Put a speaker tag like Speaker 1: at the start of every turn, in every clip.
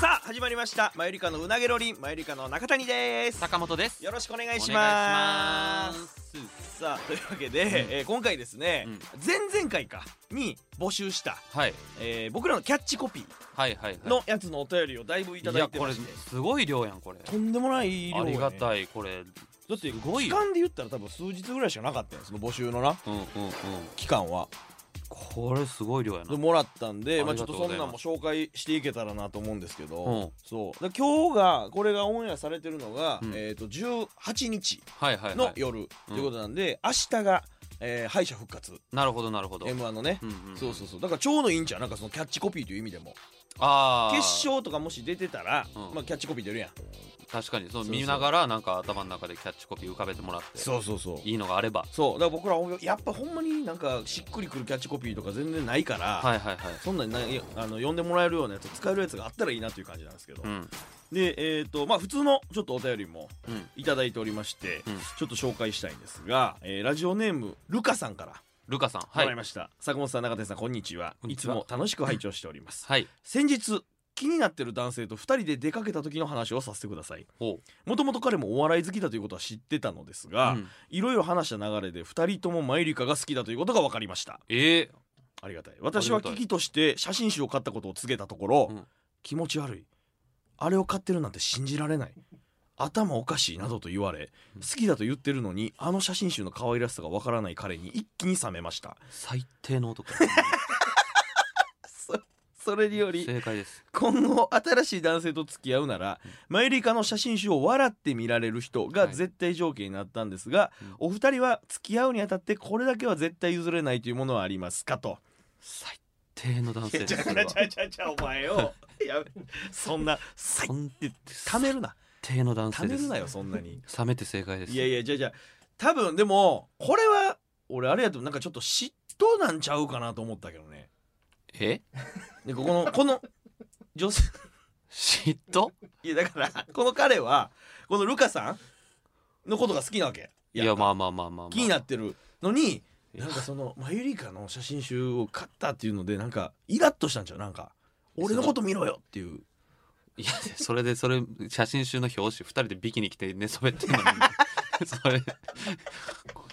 Speaker 1: さあ始まりましたマユリカのうなげロリンマユリカの中谷です
Speaker 2: 坂本です
Speaker 1: よろしくお願いし
Speaker 2: お願
Speaker 1: ま
Speaker 2: いし
Speaker 1: す
Speaker 2: ます
Speaker 1: さあというわけで、えー今回ですね、
Speaker 2: うん
Speaker 1: 前々回かに募集した、
Speaker 2: はい
Speaker 1: えー僕らのキャッチコピ
Speaker 2: はいはいはい
Speaker 1: ーのやつのお便りをだいぶいた
Speaker 2: い
Speaker 1: だ
Speaker 2: や
Speaker 1: いて
Speaker 2: こ
Speaker 1: ま
Speaker 2: れ
Speaker 1: して
Speaker 2: すごい量やんこれ
Speaker 1: とんでもない量
Speaker 2: あ
Speaker 1: やね
Speaker 2: りがたいこれ
Speaker 1: だって
Speaker 2: すごい
Speaker 1: 期
Speaker 2: よ
Speaker 1: 間で言ったら多分数日ぐらいしかなかったんですその募集のな
Speaker 2: うんうんうん
Speaker 1: 期間は
Speaker 2: これすごい量やな
Speaker 1: でもらったん
Speaker 2: あ
Speaker 1: で
Speaker 2: り
Speaker 1: ま
Speaker 2: が
Speaker 1: あち
Speaker 2: と
Speaker 1: ょ
Speaker 2: う
Speaker 1: っと
Speaker 2: ご
Speaker 1: そ
Speaker 2: ざいます
Speaker 1: んなんも紹介していけたらなと思うんですけど、
Speaker 2: うん
Speaker 1: そうで今日がこれがオンエアされてるのが、
Speaker 2: うん
Speaker 1: えっ、と18日
Speaker 2: はいはいは
Speaker 1: の
Speaker 2: い
Speaker 1: 夜、ということなんで、明日が、えー敗者復活
Speaker 2: なるほどなるほど
Speaker 1: m 1のね、
Speaker 2: うんうん
Speaker 1: そうそうそうだから超のいいんじゃんなんかそのキャッチコピーという意味でも
Speaker 2: ああ
Speaker 1: 決勝とかもし出てたら、
Speaker 2: うん
Speaker 1: まあ、キャッチコピー出るやん
Speaker 2: 確かにそう
Speaker 1: そう
Speaker 2: 見ながらなんか頭の中でキャッチコピー浮かべてもらって
Speaker 1: うそうそう
Speaker 2: いいのがあれば
Speaker 1: そうだから僕らほんやっぱほんまになんかしっくりくるキャッチコピーとか全然ないから、
Speaker 2: はいはいはい
Speaker 1: そんなにないあの呼んでもらえるようなやつ使えるやつがあったらいいなという感じなんですけど、
Speaker 2: うん
Speaker 1: でえっ、とまあ普通のちょっとお便りも
Speaker 2: うん
Speaker 1: いただいておりまして、
Speaker 2: うん
Speaker 1: ちょっと紹介したいんですが、えーラジオネームルカさんから
Speaker 2: ルカさん
Speaker 1: も
Speaker 2: は
Speaker 1: らい
Speaker 2: い
Speaker 1: ました、坂本さん中谷さんこんにちは
Speaker 2: こんに
Speaker 1: い
Speaker 2: ち
Speaker 1: つ
Speaker 2: は
Speaker 1: も楽しく拝聴しております
Speaker 2: はい
Speaker 1: 先日気になってる男性と2人で出かけた時の話をさせてください
Speaker 2: ほう
Speaker 1: もともと彼もお笑い好きだということは知ってたのですが
Speaker 2: うん
Speaker 1: いろいろ話した流れで2人ともマユリカが好きだということが分かりました
Speaker 2: ええ
Speaker 1: ありがたい私は危機として写真集を買ったことを告げたところ、
Speaker 2: うん
Speaker 1: 気持ち悪いあれを買ってるなんて信じられない頭おかしいなどと言われ
Speaker 2: うん
Speaker 1: 好きだと言ってるのにあの写真集の可愛らしさがわからない彼に一気に冷めました
Speaker 2: 最低の 男
Speaker 1: それにより
Speaker 2: 正解です
Speaker 1: 今後新しい男性と付き合うなら、マユリカの写真集を笑って見られる人が
Speaker 2: はい
Speaker 1: 絶対条件になったんですが、
Speaker 2: うん
Speaker 1: お二人は付き合うにあたってこれだけは絶対譲れないというものはありますかと。
Speaker 2: 最低の男性ですそれは
Speaker 1: ちゃちゃお前をやめそんな「さい」ってためるな
Speaker 2: 最低の男
Speaker 1: た
Speaker 2: 性
Speaker 1: め
Speaker 2: で
Speaker 1: る
Speaker 2: す
Speaker 1: なよそんなに。
Speaker 2: 冷めて正解です
Speaker 1: いやいやじゃあじゃあ多分でもこれは俺あれやとなんかちょっと嫉妬なんちゃうかなと思ったけどね。
Speaker 2: え
Speaker 1: でここのこの女性
Speaker 2: 嫉妬
Speaker 1: いやだからこの彼はこのルカさんのことが好きなわけ
Speaker 2: いやまあまあまあまあまあ
Speaker 1: 気になってるのになんかそのマユリカの写真集を買ったっていうのでなんかイラッとしたんちゃうなんか俺のこと見ろよっていう
Speaker 2: いやそれでそれ写真集の表紙二人でビキニ着て寝そべってんの にそれ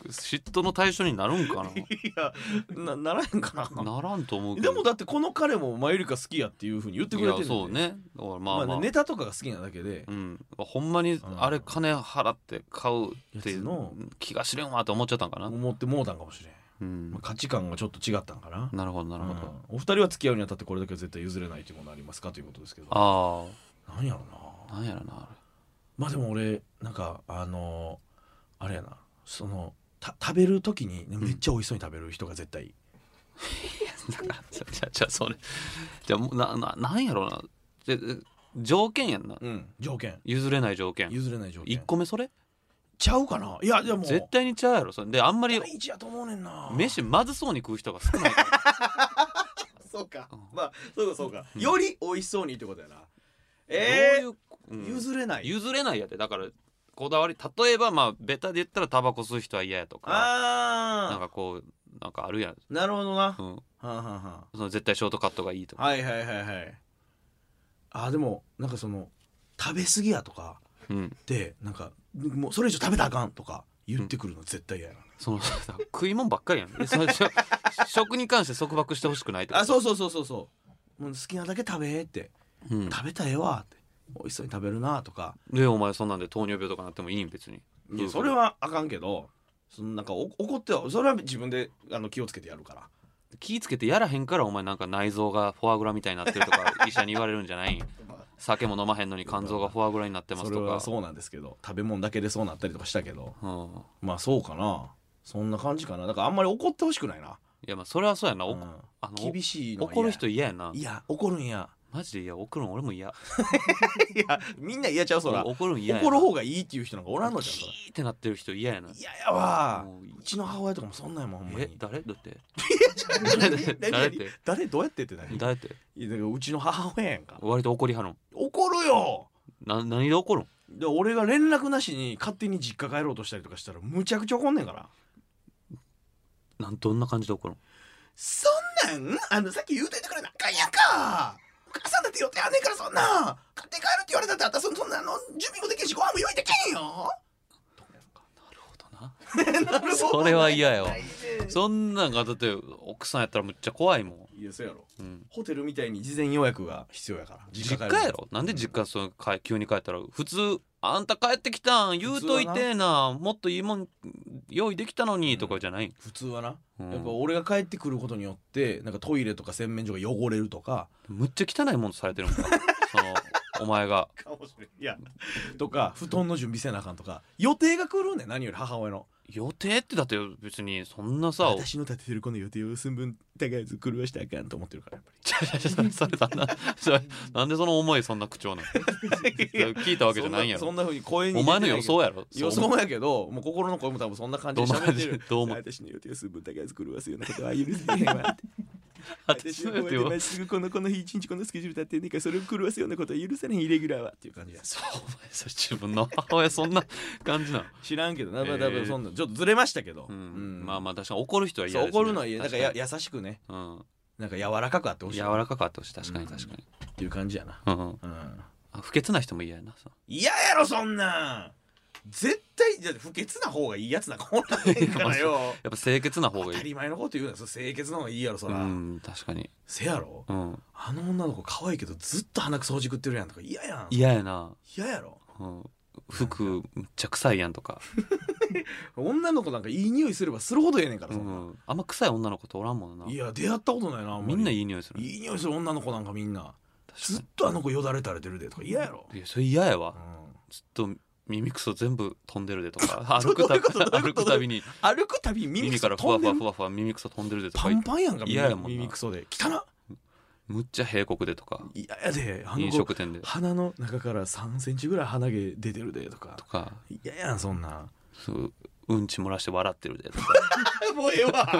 Speaker 2: 嫉妬の対象になるんか
Speaker 1: いやなならへんか
Speaker 2: な
Speaker 1: な
Speaker 2: ならんと思うけ
Speaker 1: で
Speaker 2: ど
Speaker 1: もだってこの彼もマユリカ好きやっていうふうに言ってくれて
Speaker 2: い
Speaker 1: る
Speaker 2: やそうねだからま
Speaker 1: ま
Speaker 2: あ
Speaker 1: あ
Speaker 2: まあ、
Speaker 1: ねネタとかが好きなだけで
Speaker 2: うん、ほんまにあれ金払って買うってい
Speaker 1: やつの
Speaker 2: う気が知れんわと思っちゃったんかな、
Speaker 1: 思ってもうたんかもしれん、
Speaker 2: うん
Speaker 1: まあ、価値観がちょっと違ったんかな
Speaker 2: なるほどなるほど、
Speaker 1: うんお二人は付き合うにあたってこれだけは絶対譲れないというものありますかということですけど
Speaker 2: あ
Speaker 1: なんやろな
Speaker 2: あなんやろな
Speaker 1: まあでも俺なんかあのーあれやなそのた食べる時に、ね、めっちゃ美味しそうに食べる人が絶対いい、
Speaker 2: あれじゃじゃじゃそれじゃもうなななんやろなじゃ条件やんな
Speaker 1: 条件
Speaker 2: 譲れない条件
Speaker 1: 譲れない条件
Speaker 2: 一個目それ
Speaker 1: ちゃうかないやでも
Speaker 2: 絶対にちゃうやろそれであんまり
Speaker 1: 第一やと思うねんな
Speaker 2: 飯まずそうに食う人が少ないから
Speaker 1: そうか
Speaker 2: うん
Speaker 1: まあそうかそうか、
Speaker 2: うん
Speaker 1: より美味しそうにってことやな
Speaker 2: どういう、うん
Speaker 1: 譲れない
Speaker 2: 譲れないやでだからこだわり例えばまあベタで言ったらタバコ吸う人は嫌やとかなん
Speaker 1: あ
Speaker 2: かこうなんかあるやん、
Speaker 1: あなるほどな、
Speaker 2: うん、
Speaker 1: はんはんは
Speaker 2: その絶対ショートカットがいいと
Speaker 1: ん
Speaker 2: か
Speaker 1: はいはいはいはいあーでもなんかその食べ過ぎやとか
Speaker 2: うん
Speaker 1: でなんかもうそれ以上食べたらあかんとか言ってくるの絶対嫌やな、
Speaker 2: その 食い物ばっかりやんえそのしょ食に関して束縛してほしくないとか
Speaker 1: あそうそうそうそうそうもう好きなだけ食べって
Speaker 2: うん
Speaker 1: 食べたらええわって美味しそうに食べるなとか
Speaker 2: でお前そんなんで糖尿病とかなってもいいん別に
Speaker 1: いやそれはあかんけどそのなんかお怒ってはそれは自分であの気をつけてやるから
Speaker 2: 気ぃつけてやらへんからお前なんか内臓がフォアグラみたいになってるとか 医者に言われるんじゃないん酒も飲まへんのに肝臓がフォアグラになってま
Speaker 1: そ
Speaker 2: す
Speaker 1: れ
Speaker 2: と
Speaker 1: は
Speaker 2: か
Speaker 1: そうなんですけど食べ物だけでそうなったりとかしたけど
Speaker 2: うん、
Speaker 1: まあそうかなそんな感じかなだからあんまり怒ってほしくないな、
Speaker 2: いやまあそれはそうやな、お
Speaker 1: うん
Speaker 2: あの
Speaker 1: 厳しいのは嫌
Speaker 2: 怒る人嫌やない
Speaker 1: や怒るんや
Speaker 2: マジで嫌怒るん俺も嫌
Speaker 1: いやみんな嫌ちゃうそら
Speaker 2: 俺怒るん嫌やな
Speaker 1: 怒る方がいいっていう人なんかおらんのじゃんそら
Speaker 2: キーってなってる人嫌やな
Speaker 1: 嫌やわ
Speaker 2: もういう
Speaker 1: ちの母親とかもそんなんやもんほんま
Speaker 2: え
Speaker 1: に
Speaker 2: 誰だって
Speaker 1: 何
Speaker 2: 誰
Speaker 1: 何
Speaker 2: 誰って
Speaker 1: 誰どうやってって何い
Speaker 2: 誰って
Speaker 1: やだからうちの母親やんか
Speaker 2: 割と怒りはるん
Speaker 1: 怒るよ
Speaker 2: な何で怒るん
Speaker 1: で俺が連絡なしに勝手に実家帰ろうとしたりとかしたらむちゃくちゃ怒んねんから
Speaker 2: なんどんな感じで怒るん
Speaker 1: そんなんあのさっき言うといてくれなあかんやんかお母さんだって予定あんねんからそんな買って帰るって言われたってあんたそんなの準備もできんしご飯も用意できんよ
Speaker 2: なるほどなそれは嫌やわそんなんがだって奥さんやったらむっちゃ怖いも
Speaker 1: いやそうやろ
Speaker 2: ん、うん、
Speaker 1: ホテルみたいに事前予約が必要やから
Speaker 2: 実家やろなんで実家そのか急に帰ったら普通「あんた帰ってきたん言うといてえなもっといいもん用意できたのに」とかじゃない、
Speaker 1: 普通はな、
Speaker 2: うん
Speaker 1: やっぱ俺が帰ってくることによってなんかトイレとか洗面所が汚れるとか
Speaker 2: むっちゃ汚いもんとされてるもん かそのお前が
Speaker 1: かもしれんいやとか布団の準備せなあかんとか予定が来るんねん何より母親の
Speaker 2: 予定ってだって別にそんなさ
Speaker 1: 私の立ててるこの予定を寸分たがず狂わしてあかんと思ってるからやっぱり
Speaker 2: ちゃちゃちゃそれそれそんなそれなんでその思いそんな口調 なの聞いたわけじゃないんや
Speaker 1: そ
Speaker 2: ろ
Speaker 1: んなふうに声に
Speaker 2: お前の予想やろ
Speaker 1: 予
Speaker 2: そう
Speaker 1: 想やけどもう心の声も多分そんな感じで喋って る
Speaker 2: どうも
Speaker 1: 私の予定を寸分たがず狂わすようなことは許せへんわ 私
Speaker 2: 私
Speaker 1: の
Speaker 2: の予
Speaker 1: 声
Speaker 2: 定
Speaker 1: で
Speaker 2: は
Speaker 1: まっすぐこのこの日一日このスケジュール立ってんねんからそれを狂わすようなことは許せないイレギュラーはっていう感じや
Speaker 2: そうお前それ自分の母親そんな感じなの、
Speaker 1: 知らんけどな、まあ、
Speaker 2: えー
Speaker 1: 多分そんなちょっとずれましたけど、
Speaker 2: うん
Speaker 1: うん
Speaker 2: まあまあ確かに怒る人は嫌
Speaker 1: そう
Speaker 2: です、ね、
Speaker 1: 怒るのは嫌だ
Speaker 2: 確
Speaker 1: か
Speaker 2: からに
Speaker 1: や優しくね
Speaker 2: うん、
Speaker 1: なんか柔らかくあってほしい
Speaker 2: 柔
Speaker 1: っ
Speaker 2: らかかったし確かに確かに、
Speaker 1: ていう感じやな
Speaker 2: うんうん
Speaker 1: うん
Speaker 2: あ不潔な人も嫌やなそう
Speaker 1: 嫌やろそんなん絶対じゃ不潔な方がいいやつなんかおらへんからよ
Speaker 2: やっぱ清潔な方
Speaker 1: 当
Speaker 2: がい
Speaker 1: た
Speaker 2: い
Speaker 1: り前のこと言うなそれ清潔な方がいいやろそうら、
Speaker 2: ん確かに
Speaker 1: せやろ
Speaker 2: うん
Speaker 1: あの女の子可愛いけどずっと鼻くそほじくってるやんとか嫌やん
Speaker 2: 嫌やな、
Speaker 1: 嫌やろ
Speaker 2: うん、服むっちゃ臭いやんとか、
Speaker 1: 女の子なんかいい匂いすればするほどええねんから
Speaker 2: う
Speaker 1: そんなん、
Speaker 2: ん、あんま臭い女の子とおらんもんない
Speaker 1: や出会ったことないなあんま
Speaker 2: み
Speaker 1: り
Speaker 2: んないい匂いする
Speaker 1: いい匂いする女の子なんかみんな
Speaker 2: 確
Speaker 1: ず
Speaker 2: か
Speaker 1: っとあの子よだれ垂れてるでとか嫌やろ、
Speaker 2: にいやそれ嫌やわ
Speaker 1: うん
Speaker 2: ずっと耳くそ全部飛んでるでとか
Speaker 1: ど
Speaker 2: 歩
Speaker 1: うど
Speaker 2: く
Speaker 1: う
Speaker 2: た
Speaker 1: いうことどうい
Speaker 2: 歩
Speaker 1: うこと
Speaker 2: くたびに
Speaker 1: 歩くたび耳
Speaker 2: 耳
Speaker 1: く
Speaker 2: か
Speaker 1: そ
Speaker 2: らふわ
Speaker 1: 飛
Speaker 2: ふ
Speaker 1: んで
Speaker 2: わ
Speaker 1: ん
Speaker 2: ふわふわ耳くそ飛んでるでとか
Speaker 1: パンパンやんかみんな
Speaker 2: 嫌やもんな
Speaker 1: 耳くそで汚な
Speaker 2: むっちゃ閉国でとか
Speaker 1: 嫌やであの
Speaker 2: 飲
Speaker 1: 子
Speaker 2: 食店で
Speaker 1: 鼻の中から3センチぐらい鼻毛出てるでとか
Speaker 2: とか
Speaker 1: 嫌ややんそんなん
Speaker 2: そううんち漏らして笑ってるでとか
Speaker 1: もうええわ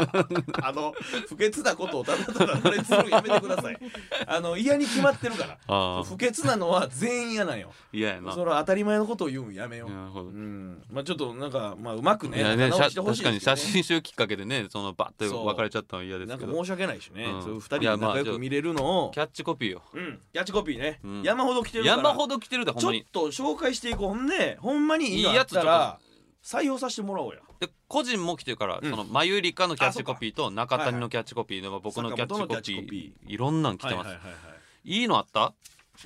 Speaker 1: あの不潔なことをただただこれするのやめてくださいあの嫌に決まってるから
Speaker 2: ああ
Speaker 1: 不潔なのは全員嫌なんよ
Speaker 2: 嫌やな
Speaker 1: それは当たり前のことを言うんやめよう、
Speaker 2: なるほど
Speaker 1: うんまあちょっとなんかまあうまく
Speaker 2: い
Speaker 1: ね
Speaker 2: やね、
Speaker 1: 仲
Speaker 2: し
Speaker 1: 直
Speaker 2: ゃ
Speaker 1: りして
Speaker 2: 確か
Speaker 1: ほしいで
Speaker 2: に
Speaker 1: す
Speaker 2: 写
Speaker 1: よ
Speaker 2: 真
Speaker 1: ね
Speaker 2: 集きっかけでねそのバッて
Speaker 1: そう
Speaker 2: 別れちゃったの嫌で
Speaker 1: な
Speaker 2: す
Speaker 1: ん
Speaker 2: け
Speaker 1: か
Speaker 2: ど
Speaker 1: 申し訳ないしね、
Speaker 2: うん
Speaker 1: そういう二人
Speaker 2: い
Speaker 1: で
Speaker 2: やまあ
Speaker 1: 仲良く見れるのを
Speaker 2: キ、ャッチコピーよ
Speaker 1: うん、キャッチコピーね、
Speaker 2: うん
Speaker 1: 山ほど来てるから
Speaker 2: 山ほど来てるでほん
Speaker 1: ちょ
Speaker 2: ま
Speaker 1: っ
Speaker 2: に
Speaker 1: と紹介していこうほんでほんまにいいのあったら採用させてもらおうや
Speaker 2: で個人も来てるから、
Speaker 1: うん
Speaker 2: そのマユリカのキャッチコピーと中谷のキャッチコピーでも僕のキャッチコ
Speaker 1: 坂本のキ
Speaker 2: ピ
Speaker 1: ャ
Speaker 2: ー
Speaker 1: ッチコピ
Speaker 2: いろんなん来てます、
Speaker 1: はいはいはいはい
Speaker 2: いい、のあった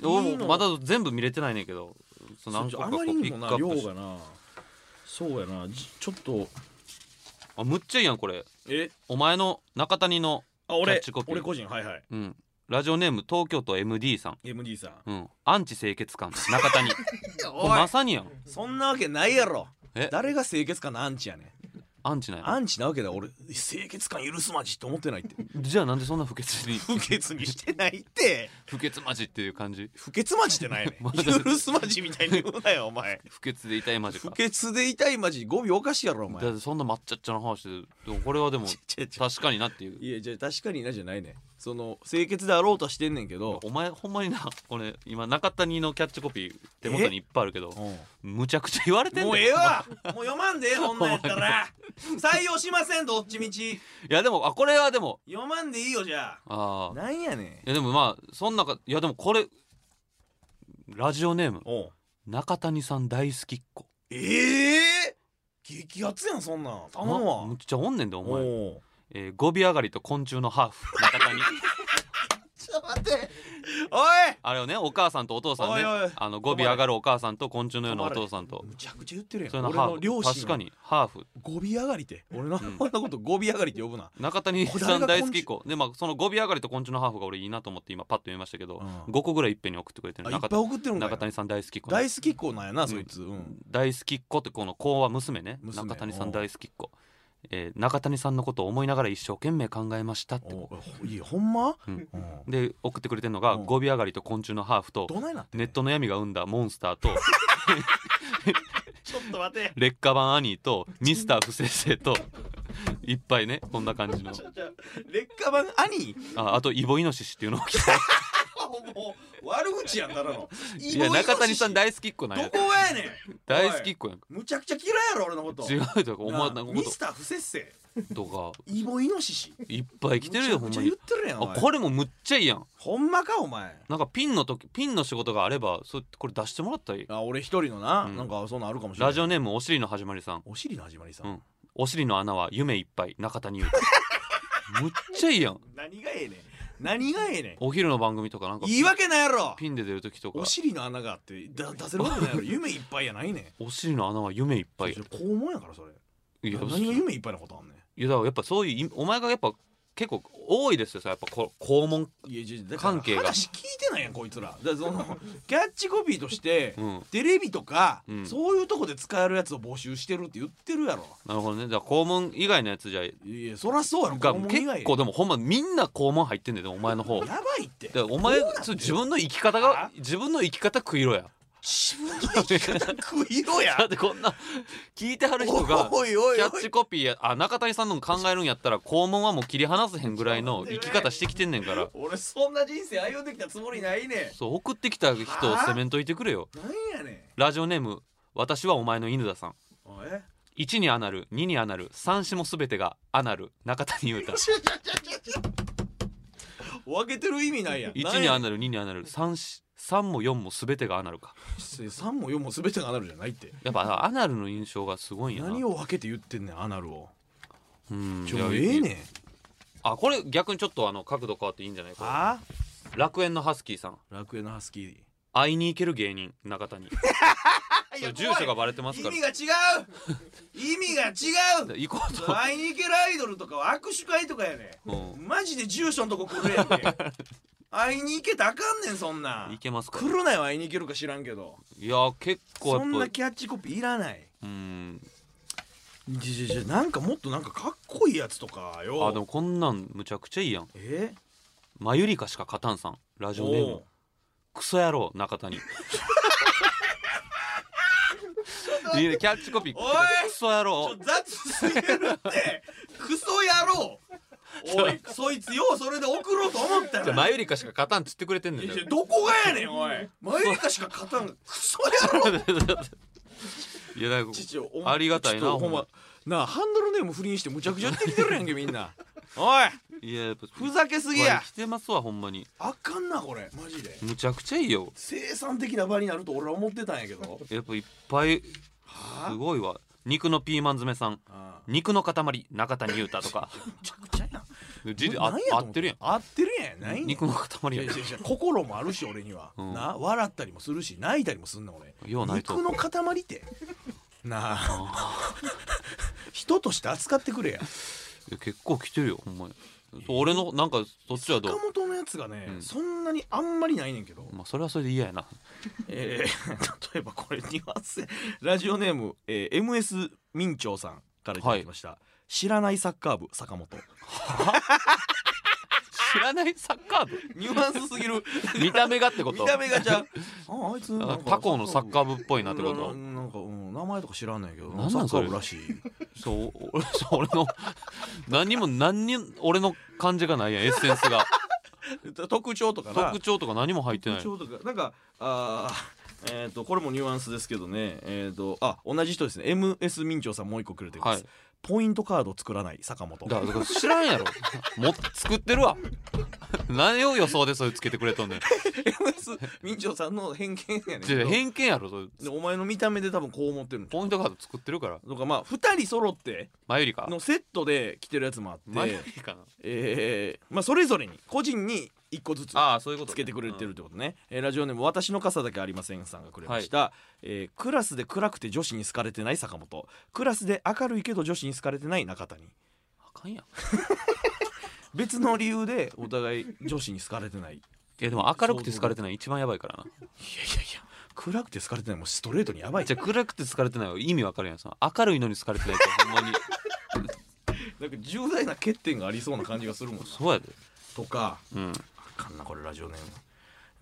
Speaker 1: いいの
Speaker 2: 俺もまだ全部見れてないねんけどその何個
Speaker 1: そう
Speaker 2: か
Speaker 1: あ
Speaker 2: こ
Speaker 1: ま
Speaker 2: う
Speaker 1: り
Speaker 2: ピ
Speaker 1: に
Speaker 2: ッ
Speaker 1: も
Speaker 2: ク
Speaker 1: な
Speaker 2: ア
Speaker 1: 量
Speaker 2: ップして
Speaker 1: がなそうやなじちょっと
Speaker 2: あむっちゃいいやんこれ
Speaker 1: え
Speaker 2: お前の中谷の、
Speaker 1: あ
Speaker 2: キャ
Speaker 1: 俺
Speaker 2: ッチコピー
Speaker 1: 俺個人はいはい
Speaker 2: うん、ラジオネーム東京都 MD さん、
Speaker 1: MD さん
Speaker 2: うん、アンチ清潔感中 谷これまさにやん
Speaker 1: そんなわけないやろ
Speaker 2: え
Speaker 1: 誰が清潔感のアンチやねん
Speaker 2: アンチなんや
Speaker 1: アンチなわけだ俺清潔感許すまじって思ってないって
Speaker 2: じゃあなんでそんな不潔に
Speaker 1: 不潔にしてないって
Speaker 2: 不潔マジっていう感じ
Speaker 1: 不潔まじってないね ん
Speaker 2: まだ
Speaker 1: 許すまじみたいに言うなよお前
Speaker 2: 不潔で痛いマジか
Speaker 1: 不潔で痛いまじ語尾おかしいやろお前
Speaker 2: だってそんな抹茶っちゃの話ででもこれはで も
Speaker 1: 違う違う
Speaker 2: 確かになっていう
Speaker 1: いやじゃあ確かになじゃないねその清潔であろうとはしてんねんけど
Speaker 2: お前ほんまになこれ今中谷のキャッチコピー手元にいっぱいあるけど
Speaker 1: も
Speaker 2: むちゃくちゃ言われてんだよ
Speaker 1: うええわ もう読まんでええ女やったら採用しませんどっちみち
Speaker 2: いやでもあこれはでも
Speaker 1: 読まんでいいよじゃ
Speaker 2: あ
Speaker 1: あ
Speaker 2: あ
Speaker 1: なんやね
Speaker 2: いやでもまあそんなかいやでもこれラジオネーム
Speaker 1: んお
Speaker 2: 中谷さん大好きっ子
Speaker 1: ええ激アツやんそんなん頼む
Speaker 2: な
Speaker 1: わ
Speaker 2: むっちゃおんねんでお
Speaker 1: お
Speaker 2: 前、
Speaker 1: お
Speaker 2: えー、ゴビ上がりと昆虫のハーフ中谷
Speaker 1: ちょっと待っておい
Speaker 2: あれをねお母さんとお父さんね
Speaker 1: おいおい
Speaker 2: あの語尾上がるお母さんと昆虫のようなお父さんと
Speaker 1: むちゃくちゃ言ってるや
Speaker 2: それ
Speaker 1: ん
Speaker 2: の
Speaker 1: 俺
Speaker 2: ハ
Speaker 1: の両
Speaker 2: ーフ
Speaker 1: 親
Speaker 2: 確かにハーフ
Speaker 1: 語尾上がりって俺の、
Speaker 2: ん
Speaker 1: 俺のこと語尾上がりって呼ぶな
Speaker 2: 中谷
Speaker 1: こ
Speaker 2: さ
Speaker 1: だ
Speaker 2: ん
Speaker 1: わりが
Speaker 2: 大好
Speaker 1: 昆虫
Speaker 2: きっ子でまあその語尾上がりと昆虫のハーフが俺いいなと思って今パッと見ましたけど、
Speaker 1: うん
Speaker 2: 5個ぐらいいっぺんに送ってくれてる
Speaker 1: あいっぱ
Speaker 2: 中
Speaker 1: い送ってるんだ
Speaker 2: 中谷さん大好きっ子ね、
Speaker 1: 大好きっ子なんやなそいつ、うん、
Speaker 2: 大好きっ子ってこの子は娘ね
Speaker 1: 娘
Speaker 2: 中谷さ
Speaker 1: お
Speaker 2: ん
Speaker 1: う
Speaker 2: 大好きっ子、えー中谷さんのことを思いながら一生懸命考えましたって
Speaker 1: おおいいほんま、
Speaker 2: うん
Speaker 1: うん
Speaker 2: で送ってくれてるのが
Speaker 1: うん
Speaker 2: 語尾上がりと昆虫のハーフと
Speaker 1: どないなってん
Speaker 2: ネ
Speaker 1: ね
Speaker 2: ッ
Speaker 1: ん
Speaker 2: トの闇が生んだモンスターと
Speaker 1: ちょっと待て
Speaker 2: 劣化版アニーとミスター不正生といっぱいねこんな感じの
Speaker 1: ちょちょ劣化版兄
Speaker 2: ああとイボイノシシっていうのを着 て
Speaker 1: もう悪口やんだらの
Speaker 2: いや中谷さん
Speaker 1: ど
Speaker 2: 大好きっ子なんや
Speaker 1: こがやねん
Speaker 2: 大好きっ子やん
Speaker 1: むちゃくちゃ嫌いやろ俺のこと
Speaker 2: 違うとかお前なんか
Speaker 1: なあ
Speaker 2: こ
Speaker 1: ミスター不摂生
Speaker 2: ととか
Speaker 1: イボイノシシ
Speaker 2: いっぱい来てるよほん
Speaker 1: むち
Speaker 2: ま
Speaker 1: ゃくちゃ言
Speaker 2: に
Speaker 1: ってるやんお
Speaker 2: あ
Speaker 1: 前
Speaker 2: これもむっちゃいいやん
Speaker 1: ほんまかお前
Speaker 2: なんかピンの時ピンの仕事があればそうこれ出してもらったらいい
Speaker 1: あ俺一人のな、
Speaker 2: うん
Speaker 1: なんかそんなんあるかもしれない
Speaker 2: ラジオネームお尻の始まりさん
Speaker 1: お尻の始まりさ、
Speaker 2: うんお尻の穴は夢いっぱい中谷 優太むっちゃいいやん
Speaker 1: 何がええねん何がええね
Speaker 2: お昼の番組とかなん
Speaker 1: ん
Speaker 2: か
Speaker 1: いいわけないやろ
Speaker 2: ピンで出る時とか
Speaker 1: お尻の穴があってだ出せるわけないやろ夢いっぱいやないねん
Speaker 2: お尻の穴は夢いっぱい
Speaker 1: それ肛門やからそれ
Speaker 2: いや
Speaker 1: 何が
Speaker 2: い
Speaker 1: 夢いっぱいなことあんねん
Speaker 2: やだからやっぱそういういお前がやっぱ結構多いですよさやっぱこ肛門
Speaker 1: いやじゃだから
Speaker 2: 関係が
Speaker 1: 話聞いてないやんこいつらだからそのキャッチコピーとして、
Speaker 2: うん
Speaker 1: テレビとか、
Speaker 2: うん
Speaker 1: そういうとこで使えるやつを募集してるって言ってるやろ
Speaker 2: なるほどねだから肛門以外のやつじゃ
Speaker 1: いやそらそうやろ
Speaker 2: が
Speaker 1: 肛門以外
Speaker 2: 結構でもほんまみんな肛門入ってんだよお前の方
Speaker 1: やばいって
Speaker 2: だからお前
Speaker 1: どうなって
Speaker 2: そうん自分の生き方が自分の生き方食いろや
Speaker 1: 自分の生き方食い ろや
Speaker 2: だってこんな聞いてはる人が
Speaker 1: おいおいおい
Speaker 2: キャッチコピーやあ中谷さんの考えるんやったら肛門はもう切り離せへんぐらいの生き方してきてんねんから
Speaker 1: 俺そんな人生歩んできたつもりないね
Speaker 2: そう送ってきた人を責めんといてくれよ
Speaker 1: んなんやねん
Speaker 2: ラジオネーム私はお前の犬ださん
Speaker 1: おいえ
Speaker 2: 1にアナル2にアナル3子も全てがアナル中谷優 太
Speaker 1: 分けてる意味ないやん
Speaker 2: 1にア
Speaker 1: ん
Speaker 2: ナル2にアナル3子3も4も全てがアナルか
Speaker 1: 3も4も全てがアナルじゃないって
Speaker 2: やっぱアナルの印象がすごいんやな
Speaker 1: 何を分けて言ってんねんアナルを
Speaker 2: うん
Speaker 1: ち
Speaker 2: いや
Speaker 1: ょええねん
Speaker 2: あこれ逆にちょっとあの角度変わっていいんじゃないか
Speaker 1: あ
Speaker 2: 楽園のハスキーさん
Speaker 1: 楽園のハスキー
Speaker 2: 会いに行ける芸人中 谷それ住所がバレてます
Speaker 1: 意
Speaker 2: から
Speaker 1: 味が違う意味が違う
Speaker 2: 行こうと
Speaker 1: 会いに行けるアイドルとかは握手会とかやね
Speaker 2: うん
Speaker 1: んマジで住所のとこ来るやんけ会いに行けたらあかんねんそんなん
Speaker 2: 行けますか
Speaker 1: 来るなよ会いに行けるか知らんけど
Speaker 2: いや結構やっ
Speaker 1: そ
Speaker 2: ぱ
Speaker 1: んなキャッチコピーいらない
Speaker 2: うん
Speaker 1: じゃじゃじゃなんかもっとなんかかっこいいやつとかよ
Speaker 2: あでもこんなんむちゃくちゃいいやん
Speaker 1: え
Speaker 2: マユリカしか勝たんさんラジオネー
Speaker 1: お
Speaker 2: ム
Speaker 1: う
Speaker 2: クソ野郎中谷いいねキャッチコピー
Speaker 1: おい
Speaker 2: クソ野
Speaker 1: ち
Speaker 2: 郎
Speaker 1: ょ雑すぎるってクソ野郎お いそいつようそれで送ろうと思った
Speaker 2: じゃ
Speaker 1: よ
Speaker 2: マユリカしか勝たんっつってくれてんねんだよ
Speaker 1: どこがやねんおいマユリカしか勝たんがクソ野郎
Speaker 2: いやだから
Speaker 1: 父お
Speaker 2: ありがたいな
Speaker 1: ちょっと
Speaker 2: ほ
Speaker 1: ほ
Speaker 2: ん
Speaker 1: ん
Speaker 2: ま
Speaker 1: まなあハンドルネーム不倫してむちゃくちゃやってきてるやんけみんなおい
Speaker 2: いややっぱ
Speaker 1: ふざけすぎや
Speaker 2: 来てますわほんまに
Speaker 1: あかんなこれマジで
Speaker 2: むちゃくちゃいいよ
Speaker 1: 生産的な場になると俺は思ってたんやけど
Speaker 2: やっぱいっぱい
Speaker 1: はあ
Speaker 2: すごいわ肉のピーマン詰めさん
Speaker 1: ああ
Speaker 2: 肉の塊中谷優太と か
Speaker 1: むちゃくちゃやん
Speaker 2: じ
Speaker 1: な
Speaker 2: あ
Speaker 1: なんやと
Speaker 2: 合
Speaker 1: 思
Speaker 2: ってるやん
Speaker 1: 合ってるやんないねん
Speaker 2: 肉の塊
Speaker 1: いや
Speaker 2: や
Speaker 1: い
Speaker 2: ん
Speaker 1: やいや心もあるし俺には、
Speaker 2: うん
Speaker 1: な笑ったりもするし泣いたりもすんな俺
Speaker 2: よう泣いとる
Speaker 1: 肉の塊ってなあ 人として扱ってくれや
Speaker 2: いや結構来てるよほんまにそう俺のなんかそっちはど
Speaker 1: 岡
Speaker 2: う
Speaker 1: 本のやつがね、
Speaker 2: うん
Speaker 1: そんなにあんまりないねんけど、
Speaker 2: まあそれはそれで嫌やな
Speaker 1: えー 例えばこれニュアンスラジオネーム、えー MS 明朝さんからいただきました、知らないサッカー部坂本
Speaker 2: 知らないサッカー部
Speaker 1: ニュアンスすぎる
Speaker 2: 見た目がってこと
Speaker 1: 見た目がじ ゃあああいつなんか
Speaker 2: 他校のサッカー部っぽい
Speaker 1: な
Speaker 2: なってこと
Speaker 1: なんか、うん、名前とか知らんねんけど
Speaker 2: なんなん
Speaker 1: サッカー
Speaker 2: それ
Speaker 1: 部らしい
Speaker 2: そうおそう俺の何にも何に俺の感じがないやんエッセンスが
Speaker 1: 特徴とかな
Speaker 2: 特徴とか何も入ってない
Speaker 1: 特徴とかなんかあーえっ、とこれもニュアンスですけどねえっ、とあ同じ人ですね MS 明朝さんもう一個くれてます、
Speaker 2: はい
Speaker 1: ポイントカード作らない坂本
Speaker 2: だから知らんやろもっと作ってるわ何を予想でそれつけてくれとんねん
Speaker 1: MS 明朝さんの偏見やねん
Speaker 2: じ
Speaker 1: け
Speaker 2: ゃ
Speaker 1: ど
Speaker 2: 偏見やろそれ
Speaker 1: でお前の見た目で多分こう思ってるんちゃう
Speaker 2: ポイントカード作ってるから
Speaker 1: とかまあ2人揃って
Speaker 2: マユリか
Speaker 1: のセットで着てるやつもあっ
Speaker 2: マユ
Speaker 1: て
Speaker 2: リかな
Speaker 1: えーまあそれぞれに個人に一個ずつ
Speaker 2: ああそういうことね
Speaker 1: つけてくれてるってことね、えーラジオネーム私の傘だけありませんさんがくれました、えークラスで暗くて女子に好かれてない坂本クラスで明るいけど女子に好かれてない中谷
Speaker 2: あかんやん
Speaker 1: 別の理由でお互い女子に好かれてないいや
Speaker 2: いやでも明るくて好かれてない一番やばいからない
Speaker 1: やいや暗くて好かれてないもうストレートにやばい
Speaker 2: じゃあ暗くて好かれてないは意味わかるやんさ明るいのに好かれてないってほんま に
Speaker 1: なんか重大な欠点がありそうな感じがするもんな
Speaker 2: そうやで
Speaker 1: とか
Speaker 2: うん
Speaker 1: あかんなこれラジオネーム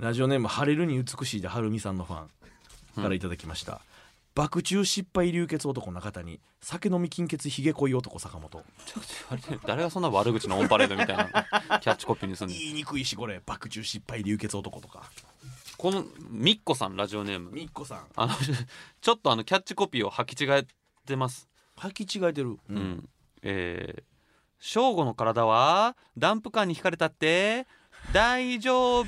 Speaker 1: ラジオネーム「晴れるに美しい」ではるみさんのファンからいただきました、爆中失敗流血男中谷酒飲み金欠ひげ濃い男坂本
Speaker 2: あれ誰がそんな悪口のオンパレードみたいなのキャッチコピーにすんの
Speaker 1: 言いにくいしこれ爆中失敗流血男とか
Speaker 2: このみっこさんラジオネーム
Speaker 1: みっこさん
Speaker 2: あのちょっとあのキャッチコピーを履き違えてます
Speaker 1: 履き違えてる、う
Speaker 2: うん、えー、正午の体はダンプカーに引かれたって大 丈夫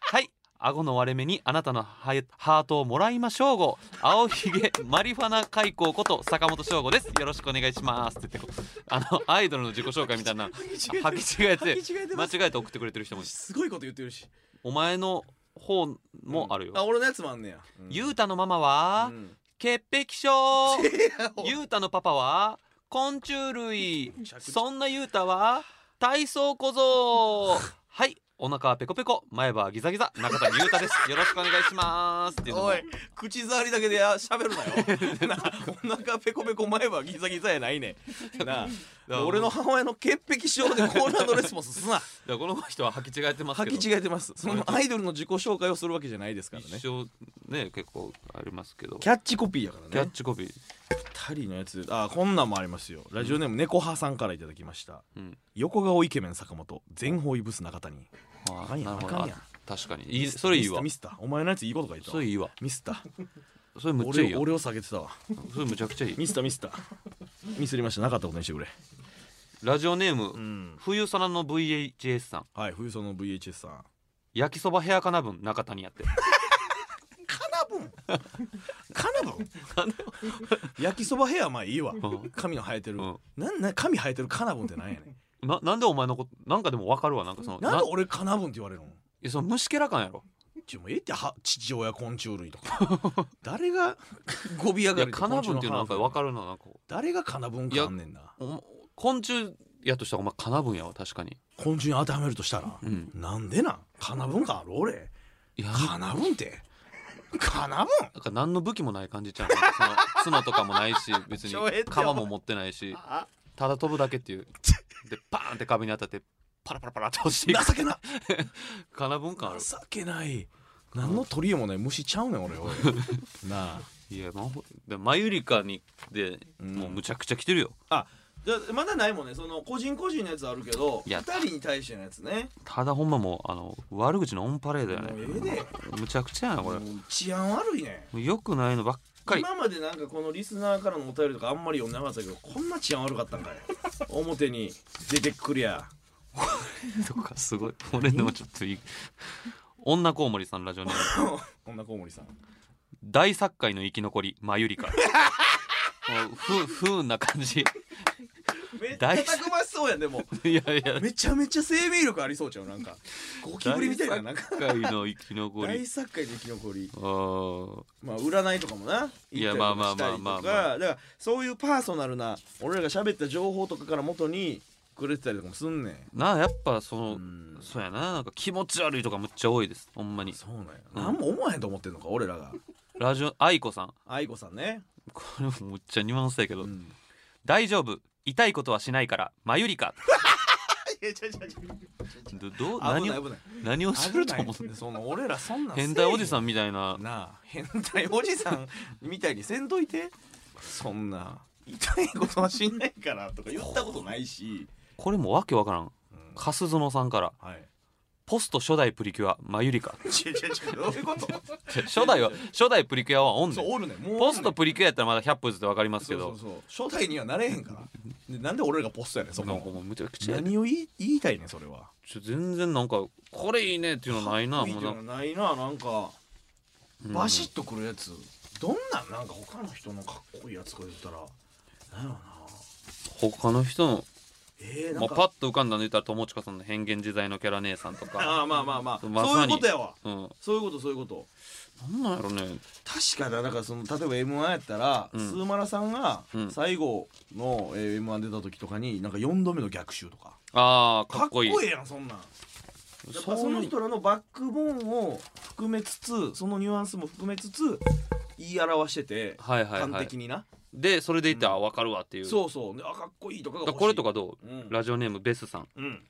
Speaker 2: はい顎の割れ目にあなたのハイハートをもらいましょうご青ひげマリファナ開口こと坂本翔吾ですよろしくお願いしますって言ってあのアイドルの自己紹介みたい な履き違えて
Speaker 1: 履き違えて
Speaker 2: 間
Speaker 1: ます
Speaker 2: 違えて送ってくれてる人もいる
Speaker 1: すごいこと言ってるし
Speaker 2: お前の方もあるよ、
Speaker 1: あ俺のやつもあんねや、うん
Speaker 2: ゆうたのママは、
Speaker 1: うん
Speaker 2: 潔癖症
Speaker 1: お
Speaker 2: ゆうたのパパは昆虫類
Speaker 1: めちゃくちゃ
Speaker 2: そんなゆうたは体操小僧はいお腹はペコペコ前歯はギザギザ中谷ゆうたですよろしくお願いしますっていうのも
Speaker 1: おい口触りだけであ喋るな よなあお腹ペコペコ前歯ギザギザやないね んなあ俺の母親の潔癖症でコーナードレスもすな
Speaker 2: だからこの人は履き違えてますけど
Speaker 1: 履き違えてますそのアイドルの自己紹介をするわけじゃないですからね
Speaker 2: 一生ね結構ありますけど
Speaker 1: キャッチコピーやからね
Speaker 2: キャッチコピー
Speaker 1: タリのやつあこんなんもありますよラジオネーム猫派さんからいただきました、
Speaker 2: うん
Speaker 1: 横顔イケメン坂本全方位ブス中谷
Speaker 2: あ
Speaker 1: あかんやん
Speaker 2: なるほ
Speaker 1: あ
Speaker 2: ど
Speaker 1: かんやん
Speaker 2: あ確かにいいそれいいわ
Speaker 1: ミスターミスターお前のやついいことか言った
Speaker 2: それいいわ
Speaker 1: ミスター
Speaker 2: それむっちゃいい
Speaker 1: 俺を
Speaker 2: よ
Speaker 1: 俺を下げてたわ
Speaker 2: それむちゃくちゃいい
Speaker 1: ミスターミスターミスりましたなかったことにしてくれ
Speaker 2: ラジオネーム、
Speaker 1: ん
Speaker 2: 冬空の VHS さん
Speaker 1: はい冬その VHS さん
Speaker 2: 焼きそばヘアカナブン中谷やって
Speaker 1: カナブンカナブン焼きそばヘアまあいいわ
Speaker 2: ん
Speaker 1: 髪の生えてる、
Speaker 2: うん
Speaker 1: なんな髪生えてるカナブンってなんやねん
Speaker 2: ななんでお前のことなんかでも分かるわなんかその
Speaker 1: なんで俺カナブンって言われるの
Speaker 2: いやその虫けら感やろ
Speaker 1: ちょもうええっては父親昆虫類とか 誰が ゴビ上
Speaker 2: い
Speaker 1: が
Speaker 2: や
Speaker 1: りと
Speaker 2: カナブンっていうのなんか分か
Speaker 1: る
Speaker 2: るななんか
Speaker 1: 誰がカナブンかあんねんな
Speaker 2: お昆虫やとしたらお前カナブンやわ確かに
Speaker 1: 昆虫に当てはめるとしたら、
Speaker 2: うん
Speaker 1: なんでなんカナブンかある俺
Speaker 2: いや
Speaker 1: カナブンってカナブン
Speaker 2: なんか何の武器もない感じちゃうなんかその角とかもない し別に
Speaker 1: ちょええって
Speaker 2: 皮も持ってないしただ飛ぶだけっていうでパーンって壁に当たってパラパラパラって落ちていく
Speaker 1: 情 けな
Speaker 2: カナブン感ある
Speaker 1: 情けない何の取り柄もない虫ちゃう ねん俺俺なあ
Speaker 2: いやまほでマユリカにでもうむちゃくちゃ来てるよ
Speaker 1: あじゃあまだないもんねその個人個人のやつあるけど
Speaker 2: いや
Speaker 1: 二人に対してのやつね
Speaker 2: ただほんまもうあの悪口のオンパレードや
Speaker 1: もう
Speaker 2: ね
Speaker 1: ええで
Speaker 2: むちゃくちゃやなこ
Speaker 1: もう治安悪いね
Speaker 2: れよくないのばっかり
Speaker 1: 今までなんかこのリスナーからのお便りとかあんまり読んでなかったけどこんな治安悪かった んかい表に出てくりゃ
Speaker 2: とかすごい 俺でもちょっといい女コウモリさんラジオネーム
Speaker 1: こんな小森さん
Speaker 2: 大作界の生き残りマユ リカもうふ不運な感じ
Speaker 1: めっち
Speaker 2: 大
Speaker 1: ゃたくましそうやんでも
Speaker 2: いやいや
Speaker 1: めちゃめちゃ生命力ありそうちゃうなんかゴキブリみたいななんか
Speaker 2: 大作界の生き残
Speaker 1: 大
Speaker 2: り
Speaker 1: 作界で生き残り
Speaker 2: あー
Speaker 1: まあ占いとかもな
Speaker 2: やまあまあまあまあまあ
Speaker 1: 行ったりとかだからそういうパーソナルな俺らが喋った情報とかから元にくれてたりとかもすんねん
Speaker 2: なあやっぱその
Speaker 1: ん
Speaker 2: そうやななんか気持ち悪いとかむっちゃ多いですほんまに
Speaker 1: そうなんや、
Speaker 2: うん
Speaker 1: 何も思わへんと思ってんのか俺らが
Speaker 2: ラジオ愛子さん
Speaker 1: 愛子さんね、
Speaker 2: これもむっちゃニュアンスやけど、
Speaker 1: うん、
Speaker 2: 大丈夫痛いことはしないからマユリカ
Speaker 1: いやちょちょちょ
Speaker 2: どどう
Speaker 1: 危
Speaker 2: 何
Speaker 1: ない
Speaker 2: を
Speaker 1: 危ない
Speaker 2: 何をすると思
Speaker 1: 危ないってその俺らそんな
Speaker 2: うん
Speaker 1: せえへ
Speaker 2: 変態おじさんみたいな
Speaker 1: なあ変態おじさんみたいにせんといてそんな痛いことはしないからとか言ったことないし、
Speaker 2: これもわけわからん
Speaker 1: うん
Speaker 2: カスゾノさんから
Speaker 1: はい
Speaker 2: ポスト初代プリキュアマユリ カ
Speaker 1: ちょちょちょどういうこと
Speaker 2: 初代は初代プリキュアはオン
Speaker 1: そう
Speaker 2: で
Speaker 1: おるねんもうおるねん
Speaker 2: ポストプリキュアやったらまだ100歩ずつわかります
Speaker 1: そ
Speaker 2: け
Speaker 1: うそ
Speaker 2: ど
Speaker 1: うそう初代にはなれへんからでなんで俺らがポストやねんそこ
Speaker 2: なんかもうむちゃくちゃやで
Speaker 1: 何を言い言いたいねんそれは
Speaker 2: ちょ全然なんかこれいいねっていうのないな
Speaker 1: 意
Speaker 2: も
Speaker 1: 味
Speaker 2: う
Speaker 1: で
Speaker 2: な
Speaker 1: もないななんか
Speaker 2: うん
Speaker 1: バシッとくるやつどんなんなんか他の人のかっこいいやつが言ったらなんやろな
Speaker 2: 他の人の
Speaker 1: えー、な
Speaker 2: まあ、
Speaker 1: んか
Speaker 2: パッと浮かんだの言ったら友近さんの変幻自在のキャラ姉さんとか
Speaker 1: ああまあまあまあ、
Speaker 2: まさに
Speaker 1: そういうことやわ
Speaker 2: うん
Speaker 1: そういうことそういうこと
Speaker 2: なんなんやろね
Speaker 1: 確かだだからその例えば m 1やったら、
Speaker 2: うん
Speaker 1: スーマラさんが
Speaker 2: うん
Speaker 1: 最後の、えー、m 1出た時とかになんか4度目の逆襲とか
Speaker 2: ああかっこいい
Speaker 1: やんそんなんやっ
Speaker 2: そ
Speaker 1: ぱそうの
Speaker 2: いう
Speaker 1: 人らのバックボーンを含めつつそのニュアンスも含めつつ言い表してて
Speaker 2: はいはい
Speaker 1: 端
Speaker 2: はい
Speaker 1: 的にな、
Speaker 2: でそれでいって、あ分かるわっていう
Speaker 1: そうそうであかっこいいとかが
Speaker 2: だか
Speaker 1: 欲
Speaker 2: らこれ
Speaker 1: しい
Speaker 2: とかどう、
Speaker 1: うん
Speaker 2: ラジオネームベスさん
Speaker 1: うん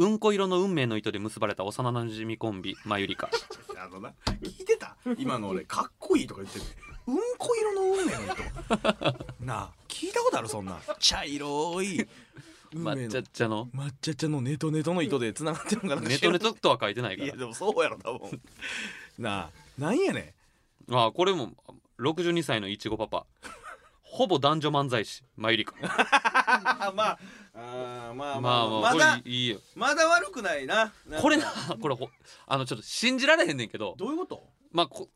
Speaker 2: うんこ色の運命の糸で結ばれた幼なじみコンビマユリカ
Speaker 1: あのな聞いてた今の俺かっこいいとか言ってるうんこ色の運命の人なあ聞いたことあるそんな茶色い 運命の
Speaker 2: 抹茶茶 の
Speaker 1: 抹茶茶のネトネトの糸でつながってるのかな
Speaker 2: ネトネトとは書いてないか
Speaker 1: いや
Speaker 2: ら
Speaker 1: でもそうやろ多分なあなんやねん
Speaker 2: ああこれも62歳のいちごパパほぼ男女漫才師マユリカ
Speaker 1: あまああーま
Speaker 2: まあ
Speaker 1: あまあま
Speaker 2: まあ
Speaker 1: あ
Speaker 2: こ
Speaker 1: ま
Speaker 2: れ
Speaker 1: だ
Speaker 2: いいいよ
Speaker 1: まだ悪くないななんか
Speaker 2: これなこれほあのちょっと信じられへんねんけど
Speaker 1: どういうこと
Speaker 2: まあこ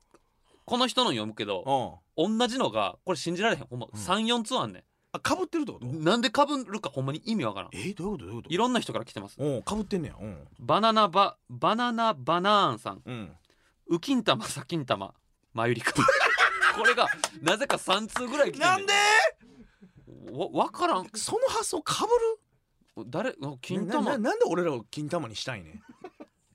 Speaker 2: この人の読むけど
Speaker 1: う
Speaker 2: 同じのがこれ信じられへんほんま
Speaker 1: ん
Speaker 2: 34つあんね
Speaker 1: んあかぶってるってこと
Speaker 2: んなんでかぶるかほんまに意味わからん
Speaker 1: えどういうことどういうこ
Speaker 2: いろんな人から来てます
Speaker 1: とうんかぶってんねやうん
Speaker 2: バナナババナナバナーンさん
Speaker 1: うん
Speaker 2: ウキン玉サキン玉マユリ カこれがなぜか3通ぐらい来てんね
Speaker 1: なんで
Speaker 2: わわからん
Speaker 1: その発想かぶる
Speaker 2: 誰金
Speaker 1: なな
Speaker 2: 玉
Speaker 1: なんで俺らを金玉にしたい ね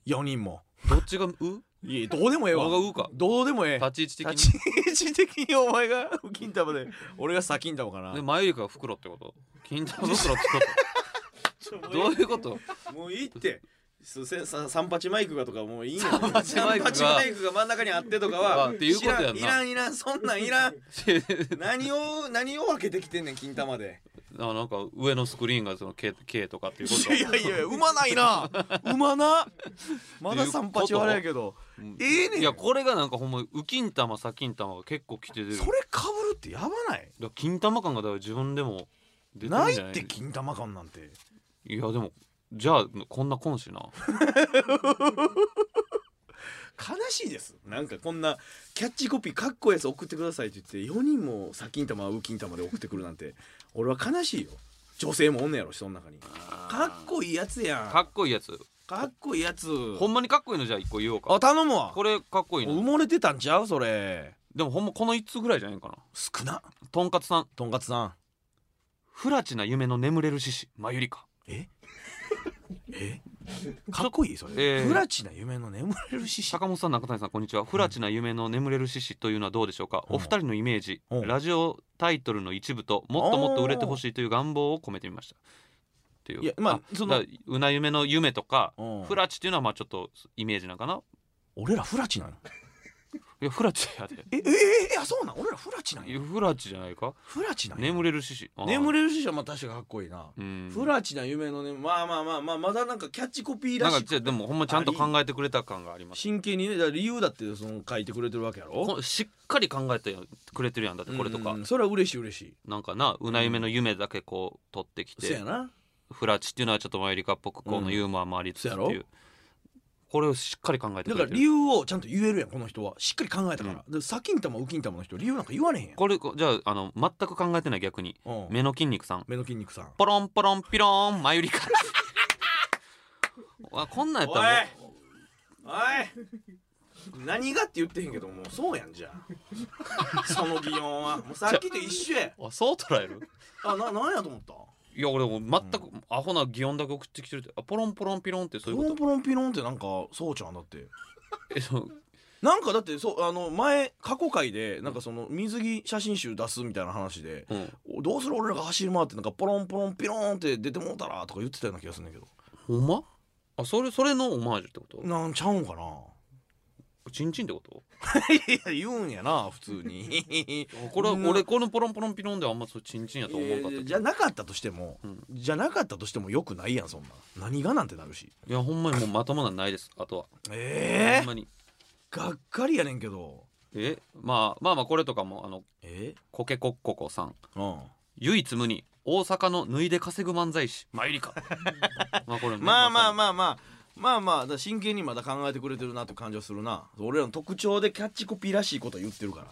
Speaker 1: 4人も
Speaker 2: どっちがう
Speaker 1: いやどうでもええわ
Speaker 2: 俺がうか
Speaker 1: どうでもええ
Speaker 2: 立ち位置的に
Speaker 1: 立ち位置的にお前が金玉で俺が先金玉かな
Speaker 2: でマユリカが袋ってこと金玉袋って ことどういうこと
Speaker 1: もういいってすせさ三八マイクがとかもういいねん三
Speaker 2: 八マイクが
Speaker 1: 八マイクが真ん中にあってとか
Speaker 2: あ
Speaker 1: は
Speaker 2: っていうことやんな
Speaker 1: 知らんいらんいらんそんなん いらん何を何を分けてきてんねん金玉で
Speaker 2: あなんか上のスクリーンがその K, K とかっていうこと
Speaker 1: いやいやうまないなうまなまだ
Speaker 2: っていう
Speaker 1: 三
Speaker 2: こと
Speaker 1: 八はあれやけど
Speaker 2: うん
Speaker 1: ええねん
Speaker 2: いやこれがなんかほんまウキン玉サキン玉が結構来て出る
Speaker 1: それかぶるってやばない
Speaker 2: だから金玉感がだから自分でも出てるんじゃ
Speaker 1: な
Speaker 2: ない
Speaker 1: いって金玉感なんて
Speaker 2: いやでもじゃあこんな今週な
Speaker 1: 悲しいですなんかこんなキャッチコピーかっこいいやつ送ってくださいって言って4人も先金玉ウ金玉で送ってくるなんて俺は悲しいよ女性もおんねやろしその中にかっこいいやつやん
Speaker 2: か
Speaker 1: か
Speaker 2: っこいいやつ
Speaker 1: っこいいやつ
Speaker 2: ほんまにかっこいいのじゃあ一個言おうか
Speaker 1: あ頼むわ
Speaker 2: これかっこいい
Speaker 1: 埋
Speaker 2: な
Speaker 1: もれてたんちゃうそれ
Speaker 2: でもほんまこの1つぐらいじゃないかな
Speaker 1: 少な
Speaker 2: とんかつさん
Speaker 1: とんかつさん
Speaker 2: 不らちな夢の眠れる獅子まゆりか
Speaker 1: ええかっこいいそれ、
Speaker 2: えー
Speaker 1: フラチな夢の眠れる獅子
Speaker 2: 坂本さん中谷さんこんにちは不らちな夢の眠れる獅子というのはどうでしょうか
Speaker 1: うん
Speaker 2: お二人のイメージ
Speaker 1: うん
Speaker 2: ラジオタイトルの一部ともっともっと売れてほしいという願望を込めてみましたっていう
Speaker 1: いやまあその
Speaker 2: だからうな夢の夢とか
Speaker 1: うん
Speaker 2: フラチっていうのはまあちょっとイメージなんかな
Speaker 1: 俺らフラチなの
Speaker 2: いやフラチやで
Speaker 1: ええええあそうなん俺らフラチないの
Speaker 2: やフラチじゃないか
Speaker 1: フラチなの
Speaker 2: 眠れる獅子あー
Speaker 1: 眠れる獅子はまあ確かかっこいいな
Speaker 2: うん
Speaker 1: フラチな夢のねまあまあまあまあまだなんかキャッチコピー
Speaker 2: な
Speaker 1: ら
Speaker 2: んか
Speaker 1: し
Speaker 2: じゃ
Speaker 1: く
Speaker 2: あでもほんまちゃんと考えてくれた感があります
Speaker 1: 真剣にねだから理由だってその書いてくれてるわけやろ
Speaker 2: こしっかり考えてくれてるやんだってこれとか
Speaker 1: うんそれは嬉しい嬉しい
Speaker 2: なんかなうな夢の夢だけこう取ってき
Speaker 1: そ
Speaker 2: て
Speaker 1: やな
Speaker 2: フラチっていうのはちょっとマユリカっぽくこ
Speaker 1: う
Speaker 2: の
Speaker 1: ん
Speaker 2: ユーモアもありつつって
Speaker 1: そや
Speaker 2: いう
Speaker 1: ろ
Speaker 2: これをしっかり考えて
Speaker 1: だ
Speaker 2: く
Speaker 1: から
Speaker 2: れて
Speaker 1: 理
Speaker 2: る
Speaker 1: 由をちゃんと言えるやんこの人はしっかり考えたから、で先ん玉ウキン玉の人理由なんか言われへんやん
Speaker 2: これこじゃああの全く考えてない逆に
Speaker 1: うん
Speaker 2: 目の筋肉さん
Speaker 1: 目の筋肉さん
Speaker 2: ポロンポロンピローンマユリカあこんなんやったらもう
Speaker 1: おい何がって言ってへんけどもうそうやんじゃ あその擬音はもうさっきと一緒や
Speaker 2: あそう捉える
Speaker 1: あななんやと思った
Speaker 2: いや俺もう全くアホな擬音だけ送ってきてるってあポロンポロンピローンってそ
Speaker 1: ポ
Speaker 2: ういうこ
Speaker 1: ロ
Speaker 2: と
Speaker 1: ンポロンピロンってなんかそうちゃんだって
Speaker 2: えそう
Speaker 1: なんかだってそうあの前過去回でなんかその水着写真集出すみたいな話で、
Speaker 2: うん
Speaker 1: おどうする俺らが走り回ってなんかポロンポロンピローンって出てもうたらとか言ってたような気がするんだけど
Speaker 2: ほんまあそれそれのオマージュってこと
Speaker 1: なんちゃうんかな
Speaker 2: チンチンってこと
Speaker 1: いや言うんやな普通に
Speaker 2: これは
Speaker 1: うん
Speaker 2: 俺このポロンポロンピロンではあんまそうチンチンやと思わんかったけど
Speaker 1: じゃなかったとしても、
Speaker 2: うん
Speaker 1: じゃなかったとしてもよくないやんそんな何がなんてなるし
Speaker 2: いやほんまにもうまともなんないですあとはほん
Speaker 1: ええ
Speaker 2: まに
Speaker 1: がっかりやねんけど
Speaker 2: えまあまあまあこれとかもあの
Speaker 1: え
Speaker 2: コケコッココさん
Speaker 1: うん
Speaker 2: 唯一無二大阪の脱いで稼ぐ漫才師マユリカまあこれね
Speaker 1: まあまあ
Speaker 2: あ
Speaker 1: まあまあまあまあだから真剣にまだ考えてくれてるなって感じはするな俺らの特徴でキャッチコピーらしいこと言ってるから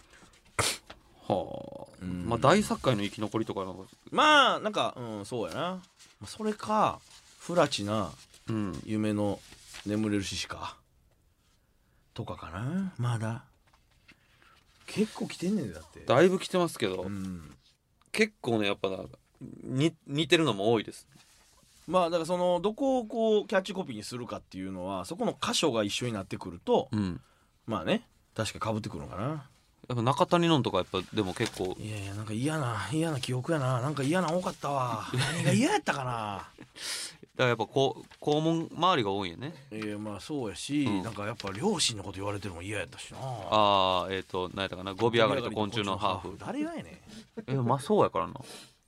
Speaker 2: は
Speaker 1: うん
Speaker 2: まあ、大作界の生き残りとかの、
Speaker 1: まあなんかうんそうやなまあそれかフラチな
Speaker 2: うん、
Speaker 1: 夢の眠れる獅子かとかかなまだ結構来てんねんでだって
Speaker 2: だいぶ来てますけど、
Speaker 1: うん
Speaker 2: 結構ねやっぱなに似てるのも多いです
Speaker 1: まあだからそのどこをこうキャッチコピーにするかっていうのはそこの箇所が一緒になってくると
Speaker 2: うん
Speaker 1: まあね確か被ってくるのかな
Speaker 2: やっぱ中谷のんとかやっぱでも結構
Speaker 1: いやいやなんか嫌な嫌な記憶やななんか嫌な多かった わ何が嫌やったかな
Speaker 2: だからやっぱこう肛門周りが多いよね
Speaker 1: ええまあそうやし、
Speaker 2: うん
Speaker 1: なんかやっぱ両親のこと言われてるのも嫌やったしな
Speaker 2: ああえっ、と何やったかなゴビ上がりと昆虫のハーフ
Speaker 1: 誰がやねん
Speaker 2: えまあそうやからな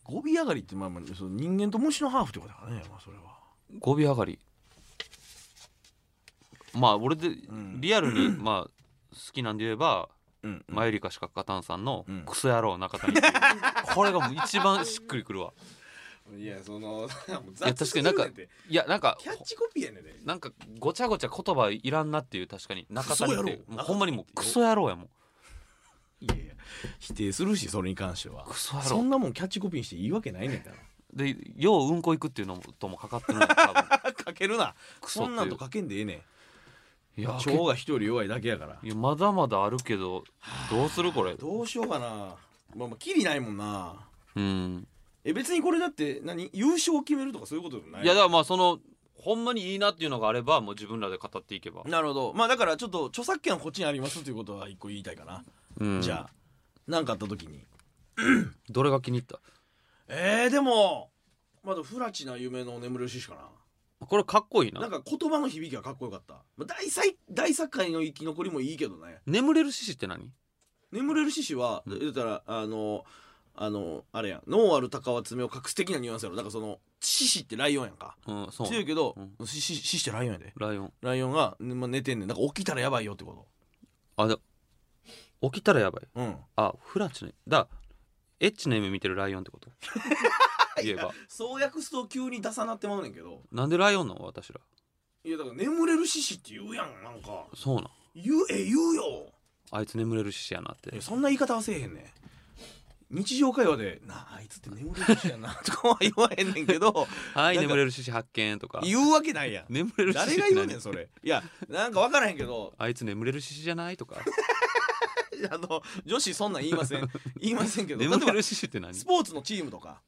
Speaker 1: ゴビ上がりってまあまあその人間と虫のハーフってことだからねまあそれは
Speaker 2: ゴビ上がりまあ俺で
Speaker 1: ん
Speaker 2: リアル に、まあ好きなんで言えば、
Speaker 1: うん
Speaker 2: マユリカしか勝たんさんの
Speaker 1: うん
Speaker 2: クソ野郎中谷って いうこれがもう一番しっくりくるわ
Speaker 1: いやその
Speaker 2: いや確かになんかいやなんか
Speaker 1: チコピーやねんで
Speaker 2: なんかごちゃごちゃ言葉いらんなっていう確かに中谷っ
Speaker 1: クソ野
Speaker 2: て
Speaker 1: 郎
Speaker 2: もうほんまにもうクソ野郎やもん
Speaker 1: いやいや否定するしそれに関しては
Speaker 2: クソ野郎
Speaker 1: そんなもんキャッチコピーにしていいわけないねんか
Speaker 2: でよううんこ行くっていうのともかかってるのよ多分
Speaker 1: らかけるな
Speaker 2: クソって
Speaker 1: そ
Speaker 2: いうん
Speaker 1: なんとかけんでええねん
Speaker 2: いや
Speaker 1: 腸が人より弱いだけやから
Speaker 2: いやまだまだあるけどどうするこれ
Speaker 1: どうしようかなまあまあキリないもんな
Speaker 2: うん
Speaker 1: え別にこれだって何優勝を決めるとかそういうことでもない
Speaker 2: いやだからまあそのほんまにいいなっていうのがあればもう自分らで語っていけば、
Speaker 1: なるほどまあだからちょっと著作権はこっちにありますということは一個言いたいかな、
Speaker 2: うん
Speaker 1: じゃあ何かあった時に
Speaker 2: どれが気に入った
Speaker 1: えー、でもまだフラチな夢の眠れる獅子かな
Speaker 2: これかっこいいな
Speaker 1: なんか言葉の響きがかっこよかった、まあ、大災大作界の生き残りもいいけどね
Speaker 2: 眠れる獅子って何
Speaker 1: 眠れる獅子は
Speaker 2: うん
Speaker 1: 言ったらあのあのあれやん脳ある鷹は爪を隠す的なニュアンスやろだからその獅子ってライオンやんか
Speaker 2: うんそう
Speaker 1: 強いけど
Speaker 2: う
Speaker 1: 獅子獅子ってライオンやで
Speaker 2: ライオン
Speaker 1: ライオンが、ねまあ、寝てんねんだから起きたらやばいよってこ
Speaker 2: あで起きたらやばい
Speaker 1: とうん
Speaker 2: あフラチねだエッチな夢見てるライオンってこと 言えば
Speaker 1: そう訳すと急に出さなってまうねんけど
Speaker 2: なんでライオンなの私ら
Speaker 1: いやだから眠れる獅子って言うやんなんか
Speaker 2: そうなん
Speaker 1: 言うえ言うよ
Speaker 2: あいつ眠れる獅子やなっ
Speaker 1: い
Speaker 2: て
Speaker 1: やそんな言い方はせえへんねん日常会話で「なああいつって眠れる獅子やな」 とかは言わへんねんけ ど
Speaker 2: はい
Speaker 1: なんか
Speaker 2: 眠れる獅子発見とか
Speaker 1: 言うわけないやん
Speaker 2: 眠れる獅子っ
Speaker 1: 誰
Speaker 2: て
Speaker 1: が
Speaker 2: 何
Speaker 1: 言うねんそれいやなんか分からへんけど
Speaker 2: あいつ眠れる獅子じゃないとか
Speaker 1: あの女子そんなん言いませ ん言いませんけど例え
Speaker 2: 眠
Speaker 1: ば
Speaker 2: れる獅子って何
Speaker 1: スポーツのチームとか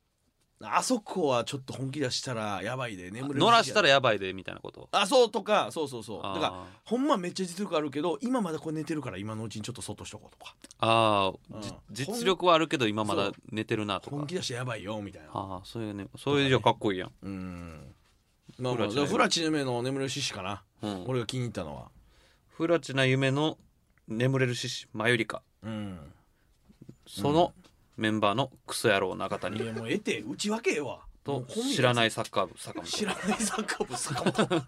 Speaker 1: あそこはちょっと本気出したらやばいで眠れる
Speaker 2: 野らしたら
Speaker 1: や
Speaker 2: やばいでみたいなこと
Speaker 1: あそうとかそうそうそうだ
Speaker 2: あー
Speaker 1: からほんまめっちゃ実力あるけど今まだこれ寝てるから今のうちにちょっと外しとこうとか
Speaker 2: ああ、
Speaker 1: うん
Speaker 2: じ実力はあるけど今まだ
Speaker 1: そう
Speaker 2: 寝てるなとか
Speaker 1: 本気出してやばいよみたいな
Speaker 2: ああそういうねそういうじゃかっこいいやん、
Speaker 1: うんまあま
Speaker 2: フラチ
Speaker 1: あ
Speaker 2: ネ
Speaker 1: じゃあフラチネメの眠れる獅子かな
Speaker 2: うん、
Speaker 1: 俺が気に入ったのは
Speaker 2: フラチな夢の眠れる獅子マユリカ
Speaker 1: うん
Speaker 2: そのメンバーのクソ野郎中
Speaker 1: い
Speaker 2: 谷
Speaker 1: やもう得て内訳ええわ
Speaker 2: と知ら
Speaker 1: い
Speaker 2: ないサッカー部坂
Speaker 1: 知
Speaker 2: 本
Speaker 1: らないサッカー部 坂本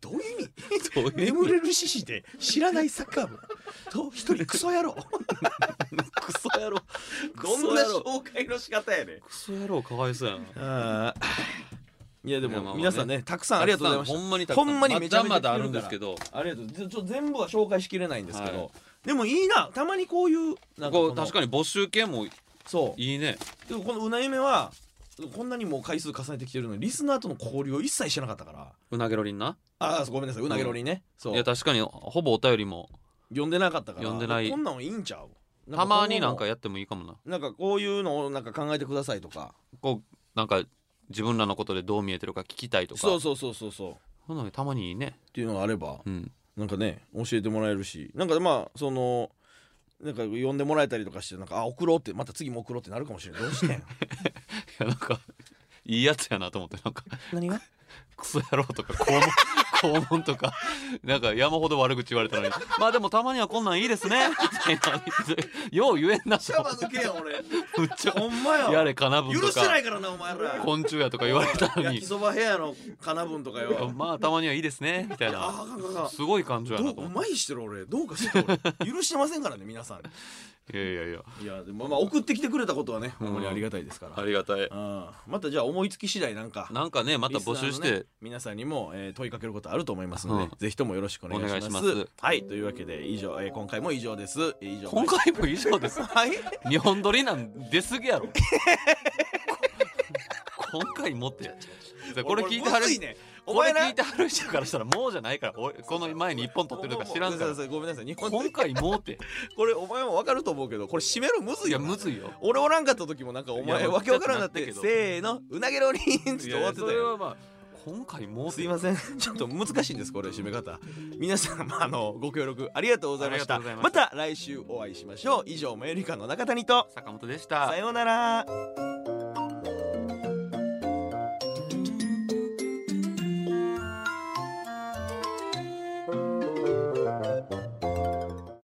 Speaker 1: どういう意味
Speaker 2: どういう意味
Speaker 1: 眠れる獅子で知らないサッカー部と一人クソ野郎 クソ野郎 どんな紹介の仕方やね
Speaker 2: クソ野郎かわいそうやな
Speaker 1: あいやで
Speaker 2: いやまあまあ
Speaker 1: も
Speaker 2: ね
Speaker 1: 皆さんねたくさんありがとうございました
Speaker 2: ほんまにたくさん
Speaker 1: ほんまにめちゃめちゃ
Speaker 2: まだまだあるんですけど
Speaker 1: ありがとうちょちょ全部は紹介しきれないんですけど、
Speaker 2: はい
Speaker 1: でもいいなたまにこういうな
Speaker 2: こ
Speaker 1: んかこ
Speaker 2: う確かに募集系も
Speaker 1: にそう
Speaker 2: いいね
Speaker 1: でもこのうなゆめはこんなにもう回数重ねてきてるのにリスナーとの交流を一切してなかったから
Speaker 2: うなげろりんな
Speaker 1: ああごめんなさいうなげろりね、そ
Speaker 2: いうや確かにほぼお便りも
Speaker 1: 呼んでなかったから
Speaker 2: 呼んでない
Speaker 1: こんなんはいいんちゃう
Speaker 2: たまになんか
Speaker 1: や
Speaker 2: やってもいいかもな
Speaker 1: なんかこういうのをなんか考えてくださいとか
Speaker 2: こうなんか自分らのことでどう見えてるか聞きたいとか
Speaker 1: そうそうそうそうそうっ
Speaker 2: そういうのたまにいいね
Speaker 1: ていうのがあれば
Speaker 2: うん
Speaker 1: なんかね教えてもらえるしなんかまあそのなんか呼んでもらえたりとかしてなんかあ送ろうってまた次も送ろうってなるかもしれないどうして ん
Speaker 2: いやなんかいいやつやなと思ってなんか
Speaker 1: 何が
Speaker 2: クソ野郎とか肛門 肛門とかなんか山ほど悪口言われたのにまあでもたまにはこんなんいいですねみたいなよう言えんなと思って
Speaker 1: 抜けや俺
Speaker 2: むっちゃ
Speaker 1: ほんま
Speaker 2: やれかなぶん
Speaker 1: 許
Speaker 2: と
Speaker 1: してない
Speaker 2: か
Speaker 1: からなお前ら
Speaker 2: 昆虫やとか言われたの
Speaker 1: 焼
Speaker 2: に
Speaker 1: きそば部屋のかな分とかよ
Speaker 2: まあたまにはいいですねみたい
Speaker 1: あ
Speaker 2: な
Speaker 1: あかんかんかん
Speaker 2: すごい感情や
Speaker 1: ど
Speaker 2: な
Speaker 1: う
Speaker 2: と思
Speaker 1: う
Speaker 2: って
Speaker 1: まいしてる俺どうかしてる俺許してませんからね皆さん
Speaker 2: いやいやいや
Speaker 1: いやでもまあ送ってきてくれたことはねほんまにありがたいですから、
Speaker 2: ありがたい
Speaker 1: うんまたじゃあ思いつき次第なんか
Speaker 2: なんかねまた募集し
Speaker 1: リスナーの
Speaker 2: て
Speaker 1: ね皆さんにも、えー問いかけることあると思いますので、
Speaker 2: うん
Speaker 1: ぜひともよろしくお願いします
Speaker 2: お願いします
Speaker 1: はいというわけで以上、えー今回も以上ですえー以上
Speaker 2: 今回も以上です
Speaker 1: はい
Speaker 2: 日本撮りなん出すぎやろこ今回もってこれ聞いては
Speaker 1: む
Speaker 2: る
Speaker 1: ずいねお
Speaker 2: これ
Speaker 1: 前ら
Speaker 2: 聞いてはる人からしたらもうじゃないからおいこの前に一本撮ってるとか知らんから
Speaker 1: ごめなさいごめんなさい日本
Speaker 2: 今回もって
Speaker 1: これお前も分かると思うけどこれ締めるむず
Speaker 2: い
Speaker 1: い
Speaker 2: や
Speaker 1: よ
Speaker 2: むずいよ
Speaker 1: 俺おらんかった時もなんかお
Speaker 2: い
Speaker 1: 前
Speaker 2: や
Speaker 1: わけわからんなって
Speaker 2: ちょっとなったけど
Speaker 1: せーのうなげろりんっつって終わってた
Speaker 2: いやそれ
Speaker 1: よ
Speaker 2: はまあ今回も
Speaker 1: すいませんちょっと難しいんですこれ締め方皆さんまああのご協力ありがとうございました
Speaker 2: ありがとう
Speaker 1: ま
Speaker 2: ございました
Speaker 1: 来週お会いしましょう以上メリカの中谷と
Speaker 2: 坂本でした
Speaker 1: さようなら